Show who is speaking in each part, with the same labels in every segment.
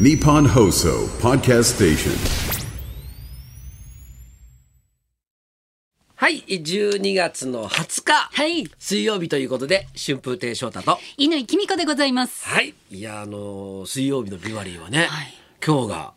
Speaker 1: Nippon Hoso Podcast Station.
Speaker 2: はい、12月の20日、
Speaker 3: はい
Speaker 2: 水曜日ということで、春風亭昇太と。
Speaker 3: 犬井美子でございます。
Speaker 2: はい、いや、あのー水曜日のビバリーはね、
Speaker 3: はい
Speaker 2: 今日が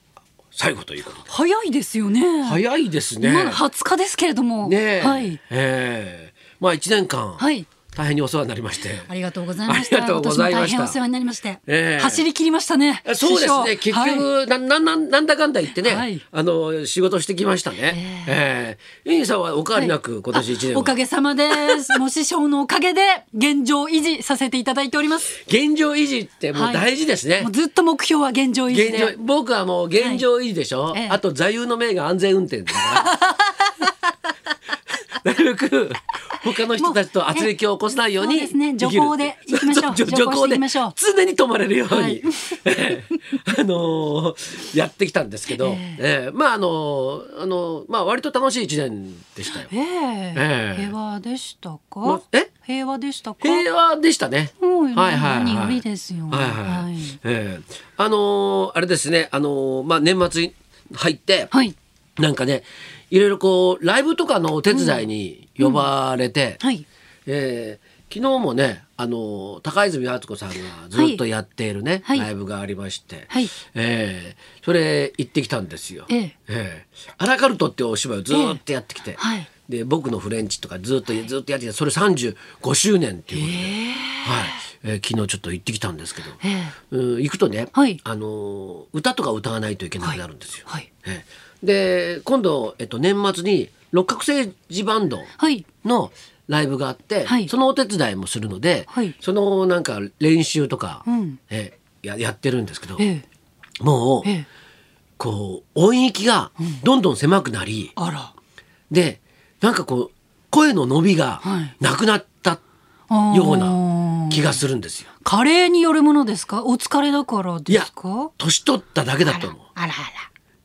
Speaker 2: 最後ということで。
Speaker 3: 早いですよね。
Speaker 2: 早いですね。
Speaker 3: まだ20日ですけれども、
Speaker 2: ねえ、
Speaker 3: はい、
Speaker 2: ええまあ1年間、
Speaker 3: はい
Speaker 2: 大変にお世話になりまして。
Speaker 3: ありがとうございました。
Speaker 2: ありがとうございました
Speaker 3: 今年も大変お世話になりまして、
Speaker 2: ええ
Speaker 3: 走り切りましたね。
Speaker 2: そうですね
Speaker 3: 師匠
Speaker 2: 結
Speaker 3: はい
Speaker 2: 局、なななんなんだかんだ言ってね、
Speaker 3: はい
Speaker 2: あの仕事してきましたね。ええインさんはおかわりなく、今年1年は
Speaker 3: おかげさまです。もう師匠のおかげで現状維持させていただいております。
Speaker 2: 現状維持ってもう大事ですね。
Speaker 3: はいもうずっと目標は現状維持
Speaker 2: 現状
Speaker 3: で。
Speaker 2: 僕はもう現状維持でしょ、
Speaker 3: はいええ
Speaker 2: あと座右の銘が安全運転だから なるべく他の人たちと圧力を起こさないように
Speaker 3: もうええそうですね
Speaker 2: 生きる
Speaker 3: 徐行で行きましょう
Speaker 2: そ
Speaker 3: 徐行していきましょ
Speaker 2: 徐
Speaker 3: う
Speaker 2: 常に止まれるように、
Speaker 3: はい
Speaker 2: え えあのーやってきたんですけど、え
Speaker 3: え
Speaker 2: えまああのーあのーまあ割と楽しい一年でしたよ
Speaker 3: ええ
Speaker 2: ええ
Speaker 3: 平和でしたか
Speaker 2: ま？え
Speaker 3: 平和でしたか？
Speaker 2: 平和でしたね。
Speaker 3: もう何よりですよ
Speaker 2: はいはい
Speaker 3: はい
Speaker 2: ええあのーあれですね。あのーまあ年末に入って、
Speaker 3: はい
Speaker 2: なんかね、いろいろこうライブとかのお手伝いに呼ばれて、
Speaker 3: はい
Speaker 2: ええ昨日もね、あのー高泉敦子さんがずっとやっているね、
Speaker 3: はい
Speaker 2: ライブがありまして、
Speaker 3: はい
Speaker 2: ええそれ行ってきたんですよ。
Speaker 3: ええ
Speaker 2: ええアラカルトっていうお芝居をずーっとやってきて、
Speaker 3: ええはい
Speaker 2: で僕のフレンチとかずっと、ずっとやってきて、それ35周年っていうことで。はい、えー昨日ちょっと行ってきたんですけど、
Speaker 3: え
Speaker 2: うん行くとね、
Speaker 3: はい
Speaker 2: あのー歌とか歌わないといけなくなるんですよ。
Speaker 3: はい
Speaker 2: ええで今度、えっと、年末に六角星児バンド
Speaker 3: はい
Speaker 2: のライブがあって、
Speaker 3: はい
Speaker 2: そのお手伝いもするので、
Speaker 3: はい
Speaker 2: そのなんか練習とか、
Speaker 3: うん
Speaker 2: ええややってるんですけど、
Speaker 3: ええ
Speaker 2: もう、
Speaker 3: ええ
Speaker 2: こう音域がどんどん狭くなり、
Speaker 3: あら
Speaker 2: でなんかこう声の伸びが
Speaker 3: はい
Speaker 2: なくなった
Speaker 3: あー
Speaker 2: ような気がするんですよ。
Speaker 3: 加齢によるものですかお疲れだから
Speaker 2: い
Speaker 3: で
Speaker 2: や
Speaker 3: すか
Speaker 2: 年取っただけだと思う
Speaker 3: あら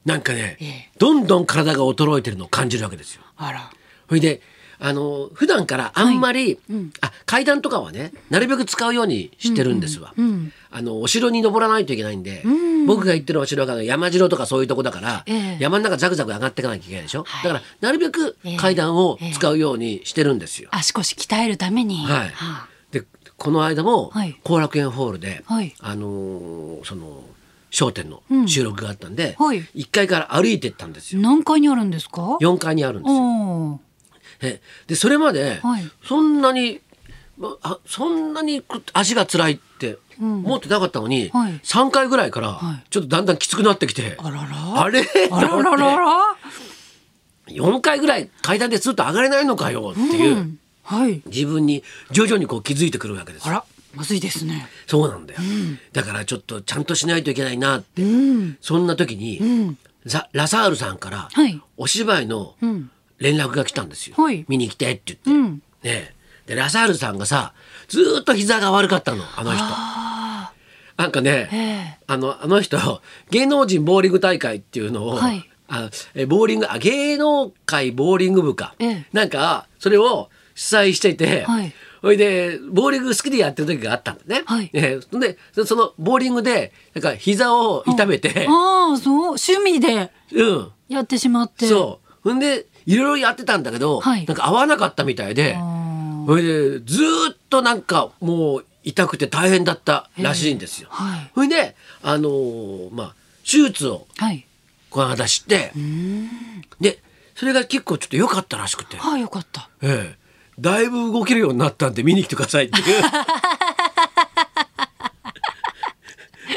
Speaker 2: なんかね、
Speaker 3: ええ
Speaker 2: どんどん体が衰えてるのを感じるわけですよ
Speaker 3: あらあら
Speaker 2: ほいであの普段からあんまり、あ階段とかはねなるべく使うようにしてるんですわ、あのお城に登らないといけないんで、僕が行ってるお城が山城とかそういうとこだから、
Speaker 3: ええ
Speaker 2: 山の中ザクザク上がっていかなきゃいけないでしょ、
Speaker 3: はい
Speaker 2: だからなるべく階段を
Speaker 3: ええ
Speaker 2: 使うようにしてるんですよ、
Speaker 3: 足腰鍛えるために
Speaker 2: はい。でこの間も
Speaker 3: はい
Speaker 2: 後楽園ホールで、
Speaker 3: はい
Speaker 2: あのーその商店の
Speaker 3: うん
Speaker 2: 収録があったんで、一
Speaker 3: はい
Speaker 2: 1階から歩いてったんですよ。
Speaker 3: 何階にあるんですか
Speaker 2: 4階にあるんですよ。
Speaker 3: おー
Speaker 2: えでそれまで、
Speaker 3: はい
Speaker 2: そんなにまあそんなにこ足が辛いって思ってなかったのに、
Speaker 3: はい
Speaker 2: 3回ぐらいから
Speaker 3: はい
Speaker 2: ちょっとだんだんきつくなってきて、
Speaker 3: あらら
Speaker 2: あれ
Speaker 3: あらららら
Speaker 2: 4回ぐらい階段でずっと上がれないのかよっていう、
Speaker 3: うんはい
Speaker 2: 自分に徐々にこう気づいてくるわけですよ
Speaker 3: あらまずいですね
Speaker 2: そうなんだよ、だからちょっとちゃんとしないといけないなって、
Speaker 3: うん
Speaker 2: そんな時に、ザラサールさんから
Speaker 3: はい
Speaker 2: お芝居の
Speaker 3: ん
Speaker 2: 連絡が来たんですよ、
Speaker 3: はい
Speaker 2: 見に来てって
Speaker 3: う
Speaker 2: 言って、
Speaker 3: ん
Speaker 2: ねえでラサールさんがさずーっと膝が悪かったのあの人なんかね、
Speaker 3: え
Speaker 2: あのあの人芸能人ボーリング大会っていうのを、
Speaker 3: はい
Speaker 2: あえボーリングあ芸能界ボーリング部か、
Speaker 3: ええ
Speaker 2: なんかそれを主催していて、
Speaker 3: はい
Speaker 2: ほいでボーリング好きでやってる時があったんだね。
Speaker 3: はい
Speaker 2: ええそんでそそのボーリングでなんか膝を痛めて、
Speaker 3: ああそう趣味で
Speaker 2: うん、
Speaker 3: やってしまって
Speaker 2: そうほんでいろいろやってたんだけど、
Speaker 3: はい
Speaker 2: なんか合わなかったみたいで
Speaker 3: あ
Speaker 2: ほいでずーっとなんかもう痛くて大変だったらしいんですよ。
Speaker 3: ええはい
Speaker 2: ほいであのーまあ手術を
Speaker 3: はい
Speaker 2: この間知ってでそれが結構ちょっと良かったらしくて、
Speaker 3: ああよかった
Speaker 2: ええ、だいぶ動けるようになったんで見に来てくださいっていう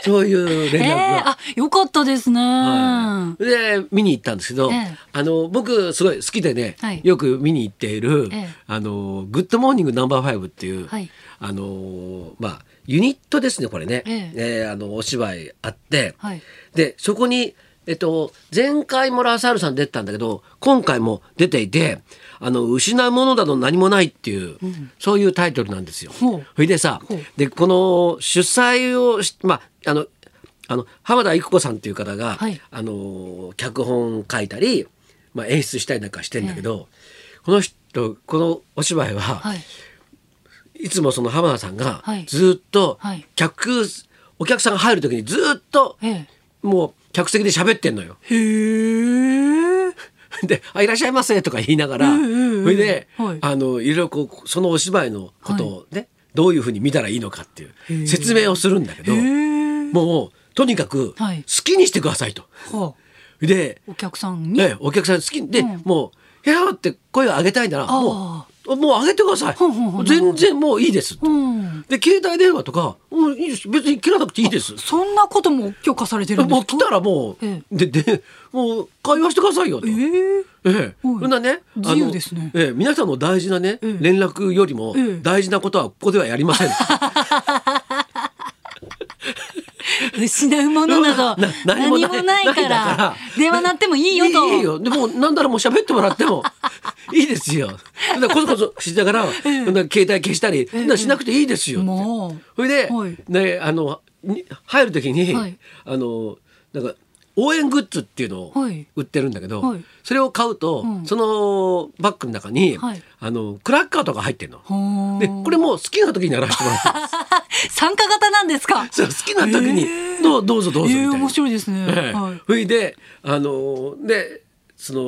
Speaker 2: そういう
Speaker 3: え
Speaker 2: 連絡
Speaker 3: え
Speaker 2: が。
Speaker 3: あよかったですね
Speaker 2: はいで見に行ったんですけど、
Speaker 3: ええ
Speaker 2: あの僕すごい好きでね、
Speaker 3: はい
Speaker 2: よく見に行っている「
Speaker 3: ええ
Speaker 2: あのグッドモーニングナンバーファイブっていう、
Speaker 3: はい
Speaker 2: あのまあユニットですねこれね、
Speaker 3: え
Speaker 2: ええあのお芝居あって、
Speaker 3: はい
Speaker 2: でそこに、えっと、前回もラサールさん出てたんだけど今回も出ていて「あの失うものなど何もない」っていう、そういうタイトルなんですよ。
Speaker 3: ほう
Speaker 2: それでさ
Speaker 3: ほう
Speaker 2: でこの主催をしまああのあの浜田育子さんっていう方が、
Speaker 3: はい
Speaker 2: あの脚本書いたり、まあ、演出したりなんかしてんだけど、この人このお芝居は、
Speaker 3: はい
Speaker 2: い、つもその浜田さんが
Speaker 3: はい
Speaker 2: ずっと
Speaker 3: はい
Speaker 2: 客、お客さんが入る時にずっと
Speaker 3: ええ
Speaker 2: もう客席で喋ってんのよ。
Speaker 3: へえ。
Speaker 2: で「あいらっしゃいませ」とか言いながら、
Speaker 3: うんうんうん
Speaker 2: それで、
Speaker 3: はい
Speaker 2: あのいろいろこうそのお芝居のことをね、どういうふうに見たらいいのかっていう説明をするんだけど
Speaker 3: へえ
Speaker 2: もうとにかく
Speaker 3: はい
Speaker 2: 好きにしてくださいと。
Speaker 3: は
Speaker 2: で
Speaker 3: あ、お客さんに。
Speaker 2: ね、お客さん好きで、もう「やー」って声を上げたいなら
Speaker 3: あー
Speaker 2: もうもう上げてください
Speaker 3: ほんほんほんほん
Speaker 2: 全然もういいですと
Speaker 3: うん
Speaker 2: で携帯電話とか「うんいいです別に切らなくていいです」
Speaker 3: そんなことも許可されてるんで
Speaker 2: も
Speaker 3: す
Speaker 2: う
Speaker 3: か。
Speaker 2: 来たらもう、
Speaker 3: え
Speaker 2: ででもう会話してくださいよと。
Speaker 3: ええ
Speaker 2: ええ、
Speaker 3: はい
Speaker 2: そんなね、
Speaker 3: 自由ですね
Speaker 2: あのええ、皆さんの大事なね、
Speaker 3: ええ
Speaker 2: 連絡よりも
Speaker 3: ええ
Speaker 2: 大事なことはここではやり ません。
Speaker 3: 失うものなど
Speaker 2: な
Speaker 3: 何
Speaker 2: 何
Speaker 3: も
Speaker 2: も
Speaker 3: な
Speaker 2: ない
Speaker 3: いか
Speaker 2: な
Speaker 3: ら
Speaker 2: いから
Speaker 3: 電話鳴ってもいいよと。
Speaker 2: いいよ、でもなんならもう喋ってもらって もいいですよ。そんなこそこそしながら、そんな携帯消したり、そんなしなくていいですよ。
Speaker 3: もう。
Speaker 2: それで、
Speaker 3: はい
Speaker 2: ねあのに入る時に、
Speaker 3: はい
Speaker 2: あのなんか応援グッズっていうのを
Speaker 3: はい
Speaker 2: 売ってるんだけど、
Speaker 3: はい
Speaker 2: それを買うと、
Speaker 3: うん
Speaker 2: そのバッグの中に、
Speaker 3: はい
Speaker 2: あのクラッカーとか入ってるの。
Speaker 3: ほー
Speaker 2: でこれもう好きな時にやらせてもらってます
Speaker 3: 参加型なんですか。
Speaker 2: そう好きな時に、どうどうぞどうぞみたい
Speaker 3: ええ
Speaker 2: な。
Speaker 3: 面白いですね。
Speaker 2: ええ
Speaker 3: はい。
Speaker 2: それであのでその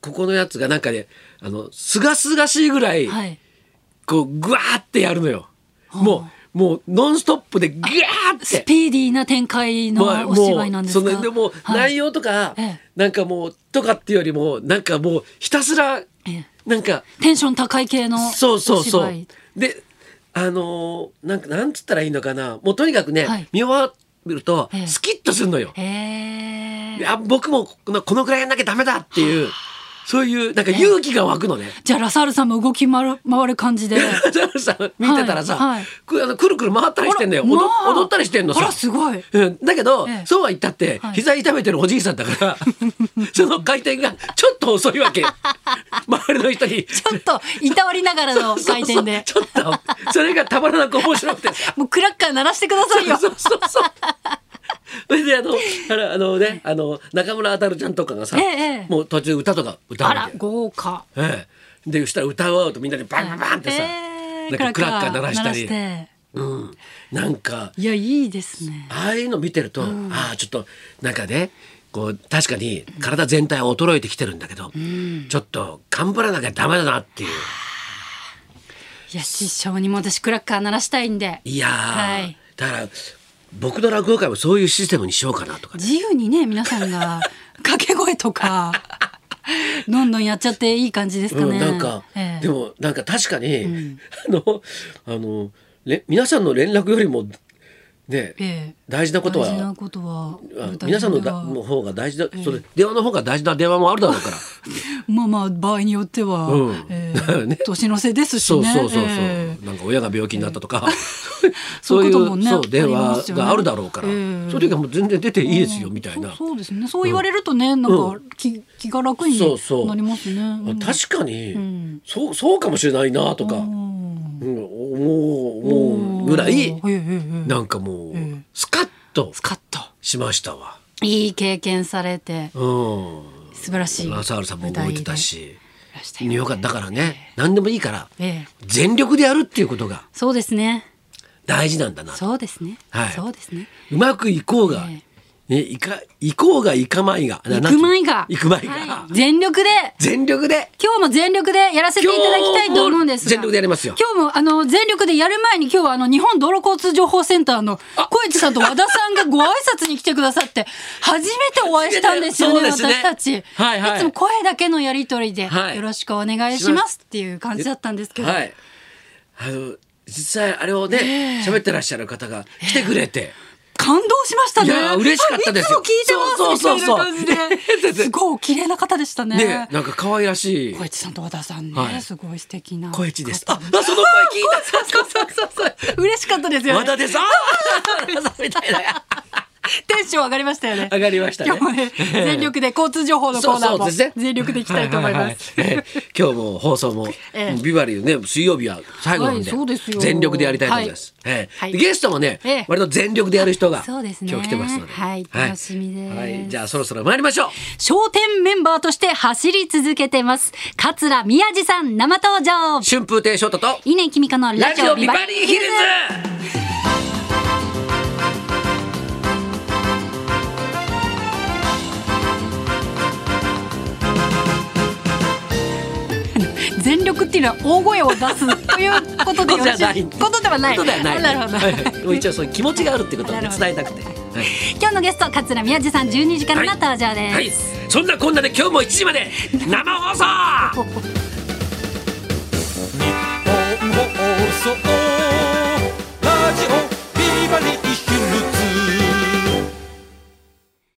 Speaker 2: ここのやつがなんかねあのすがすがしいぐらい、
Speaker 3: はい。
Speaker 2: こうぐわーってやるのよ。もうもうノンストップでぐわーって
Speaker 3: ス。ピーディーな展開の
Speaker 2: まあ
Speaker 3: お芝居なんですか。
Speaker 2: もうそのでも
Speaker 3: はい
Speaker 2: 内容とか、
Speaker 3: ええ
Speaker 2: なんかもうとかっていうよりもなんかもうひたすら
Speaker 3: え
Speaker 2: なんか、
Speaker 3: テンション高い系の
Speaker 2: そうそうそ
Speaker 3: お
Speaker 2: う
Speaker 3: 芝居
Speaker 2: であのーなんかなんつったらいいのかなもうとにかくね、
Speaker 3: はい
Speaker 2: 見終わると
Speaker 3: ええ
Speaker 2: スキッとするのよ。
Speaker 3: へえ
Speaker 2: いや僕もこのこのくらいやんなきゃダメだっていうそういうなんか勇気が湧くのね。
Speaker 3: じゃあラサールさんも動き回る回る感じ で
Speaker 2: だからさ見てたらさ、
Speaker 3: はいはい
Speaker 2: くあのくるくる回ったりしてんだよ
Speaker 3: あら
Speaker 2: 踊
Speaker 3: まあ
Speaker 2: 踊ったりしてんのさ
Speaker 3: あらすごい
Speaker 2: うんだけど、
Speaker 3: ええ
Speaker 2: そうは言ったって、
Speaker 3: はい
Speaker 2: 膝痛めてるおじいさんだ からその回転がちょっと遅いわけ周りの人に
Speaker 3: ちょっといたわりながらの回転で
Speaker 2: そうそうちょっとそれがたまらなく面白くてさ
Speaker 3: もうクラッカー鳴らしてくださいよ
Speaker 2: そうそうそうそれであのあのあのねあの中村あたるちゃんとかがさ、
Speaker 3: ええええ
Speaker 2: もう途中歌とか歌う
Speaker 3: あ
Speaker 2: わけ
Speaker 3: ら豪華
Speaker 2: ええ、でそしたら歌おうとみんなでバンバンバンってさ、
Speaker 3: えー
Speaker 2: なんかクラッカー鳴らしたり
Speaker 3: て
Speaker 2: うん、なんか
Speaker 3: いやいいですね
Speaker 2: ああいうの見てると、ああちょっとなんかねこう確かに体全体は衰えてきてるんだけど、ちょっと頑張らなきゃダメだなっていう
Speaker 3: いや師匠にも私クラッカー鳴らしたいんで
Speaker 2: いやー、
Speaker 3: はい
Speaker 2: だから僕の落語会もそういうシステムにしようかなとかね
Speaker 3: 自由にね皆さ んが掛け声とかどんどんやっちゃっていい感じですか
Speaker 2: う
Speaker 3: ね、
Speaker 2: ん、なんか、
Speaker 3: ええ
Speaker 2: でもなんか確かに、 あのあのれ皆さんの連絡よりもね、
Speaker 3: ええ
Speaker 2: 大事なことは
Speaker 3: 大事なことは
Speaker 2: あ皆さんのだの方が大事だ、それ電話の方が大事な電話もあるだろうから。
Speaker 3: まあまあ場合によっては、
Speaker 2: うん
Speaker 3: ええ
Speaker 2: ね
Speaker 3: 年の瀬ですし
Speaker 2: そう
Speaker 3: ね。
Speaker 2: そうそうそう、
Speaker 3: ええ
Speaker 2: なんか親が病気になったとか、
Speaker 3: そういうこ
Speaker 2: そう
Speaker 3: ともね
Speaker 2: そう電
Speaker 3: あります
Speaker 2: 話
Speaker 3: よね
Speaker 2: があるだろうから、
Speaker 3: ええ
Speaker 2: そういう時はもう全然出ていいですよみたいな、
Speaker 3: そうそうですね。そう言われるとね、なんか気気が楽に
Speaker 2: そうそう
Speaker 3: なりますね。うん
Speaker 2: あ確かに、
Speaker 3: ん
Speaker 2: そうそうかもしれないなとか、
Speaker 3: うん
Speaker 2: うん、思う思うぐらい
Speaker 3: おーええええええ
Speaker 2: なんかもう、
Speaker 3: ええ
Speaker 2: スカッと
Speaker 3: スカッと
Speaker 2: しましたわ。
Speaker 3: いい経験されて
Speaker 2: うん、
Speaker 3: 素晴らしい。
Speaker 2: ラサールさんも動いてた。し、
Speaker 3: らしたよね
Speaker 2: よかっただからね、何でもいいから、
Speaker 3: ええ
Speaker 2: 全力でやるっていうことが
Speaker 3: そうですね。
Speaker 2: 大事なんだな。
Speaker 3: そうですね。
Speaker 2: はい
Speaker 3: そうですね。
Speaker 2: うまくいこうが、
Speaker 3: え
Speaker 2: ね、いか、いこうがいかまいが。な
Speaker 3: 行
Speaker 2: なんて
Speaker 3: く
Speaker 2: いうの
Speaker 3: 前が。
Speaker 2: 行くまいが。
Speaker 3: はい全力で
Speaker 2: 全力で。
Speaker 3: 今日も全力でやらせていただきたいと思うんですが
Speaker 2: 今日も全力でやりますよ
Speaker 3: 今日もあの全力でやる前に今日はあの日本道路交通情報センターの小市さんと和田さんがご挨拶に来てくださって初めてお会いしたんですよね
Speaker 2: 初めてそうです
Speaker 3: 私
Speaker 2: ね
Speaker 3: たち、
Speaker 2: はいはい
Speaker 3: つも声だけのやり取りで、
Speaker 2: はい
Speaker 3: よろしくお願いしますっていう感じだったんですけど、
Speaker 2: はい。あの、実際あれをね、喋、ってらっしゃる方が来てくれて。
Speaker 3: 感動しました
Speaker 2: い
Speaker 3: ね
Speaker 2: や嬉しかったですよ
Speaker 3: あいつも聞いてます
Speaker 2: そう
Speaker 3: み
Speaker 2: そうそう
Speaker 3: たいな感じ ですごいお綺麗な方でしたね
Speaker 2: ね、なんか可愛らしい
Speaker 3: 小。市さんと和田さんね、
Speaker 2: はい
Speaker 3: すごい素敵な
Speaker 2: 声ちです。あ、あその声聞いた。そうそうそうそう。
Speaker 3: 嬉しかっ たですよね
Speaker 2: 和田です。あー みたいな。
Speaker 3: テンション上がりましたよね。
Speaker 2: 上がりましたね
Speaker 3: 今日もね、全力で交通情報のコーナーも全力でいきたいと思います。
Speaker 2: はははええ今日も放送も、
Speaker 3: ええ
Speaker 2: ビバリーね水曜日は最後なん
Speaker 3: は
Speaker 2: で,、
Speaker 3: いそうですよ
Speaker 2: 全力でやりたいと思います。ええ
Speaker 3: はい
Speaker 2: でゲストもね、
Speaker 3: ええ
Speaker 2: 割と全力でやる人が
Speaker 3: そうですね
Speaker 2: 今日来てますので、
Speaker 3: はい楽しみです
Speaker 2: はいじゃあそろそろ参りましょう。
Speaker 3: 商店メンバーとして走り続けてます。桂宮治さん生登場。
Speaker 2: 春風亭昇太と
Speaker 3: 稲木美香のラ
Speaker 2: ラジ
Speaker 3: ジオ
Speaker 2: オ
Speaker 3: ビ
Speaker 2: ビ
Speaker 3: バ
Speaker 2: バ
Speaker 3: リ
Speaker 2: リ
Speaker 3: ー
Speaker 2: ー
Speaker 3: ヒ
Speaker 2: ヒ
Speaker 3: ル
Speaker 2: ル
Speaker 3: ズ
Speaker 2: ズ。。
Speaker 3: 全力っていうのは大声を出すということでよろしいことではない
Speaker 2: ことではない。
Speaker 3: あなるほど、
Speaker 2: はいはいもう一応そういう気持ちがあるってことをね
Speaker 3: なるほど
Speaker 2: 伝えたくて。はい
Speaker 3: 今日のゲスト桂宮治さん12時からの登場です、
Speaker 2: はい、そんなこんなで今日も1時まで生放送
Speaker 4: 放送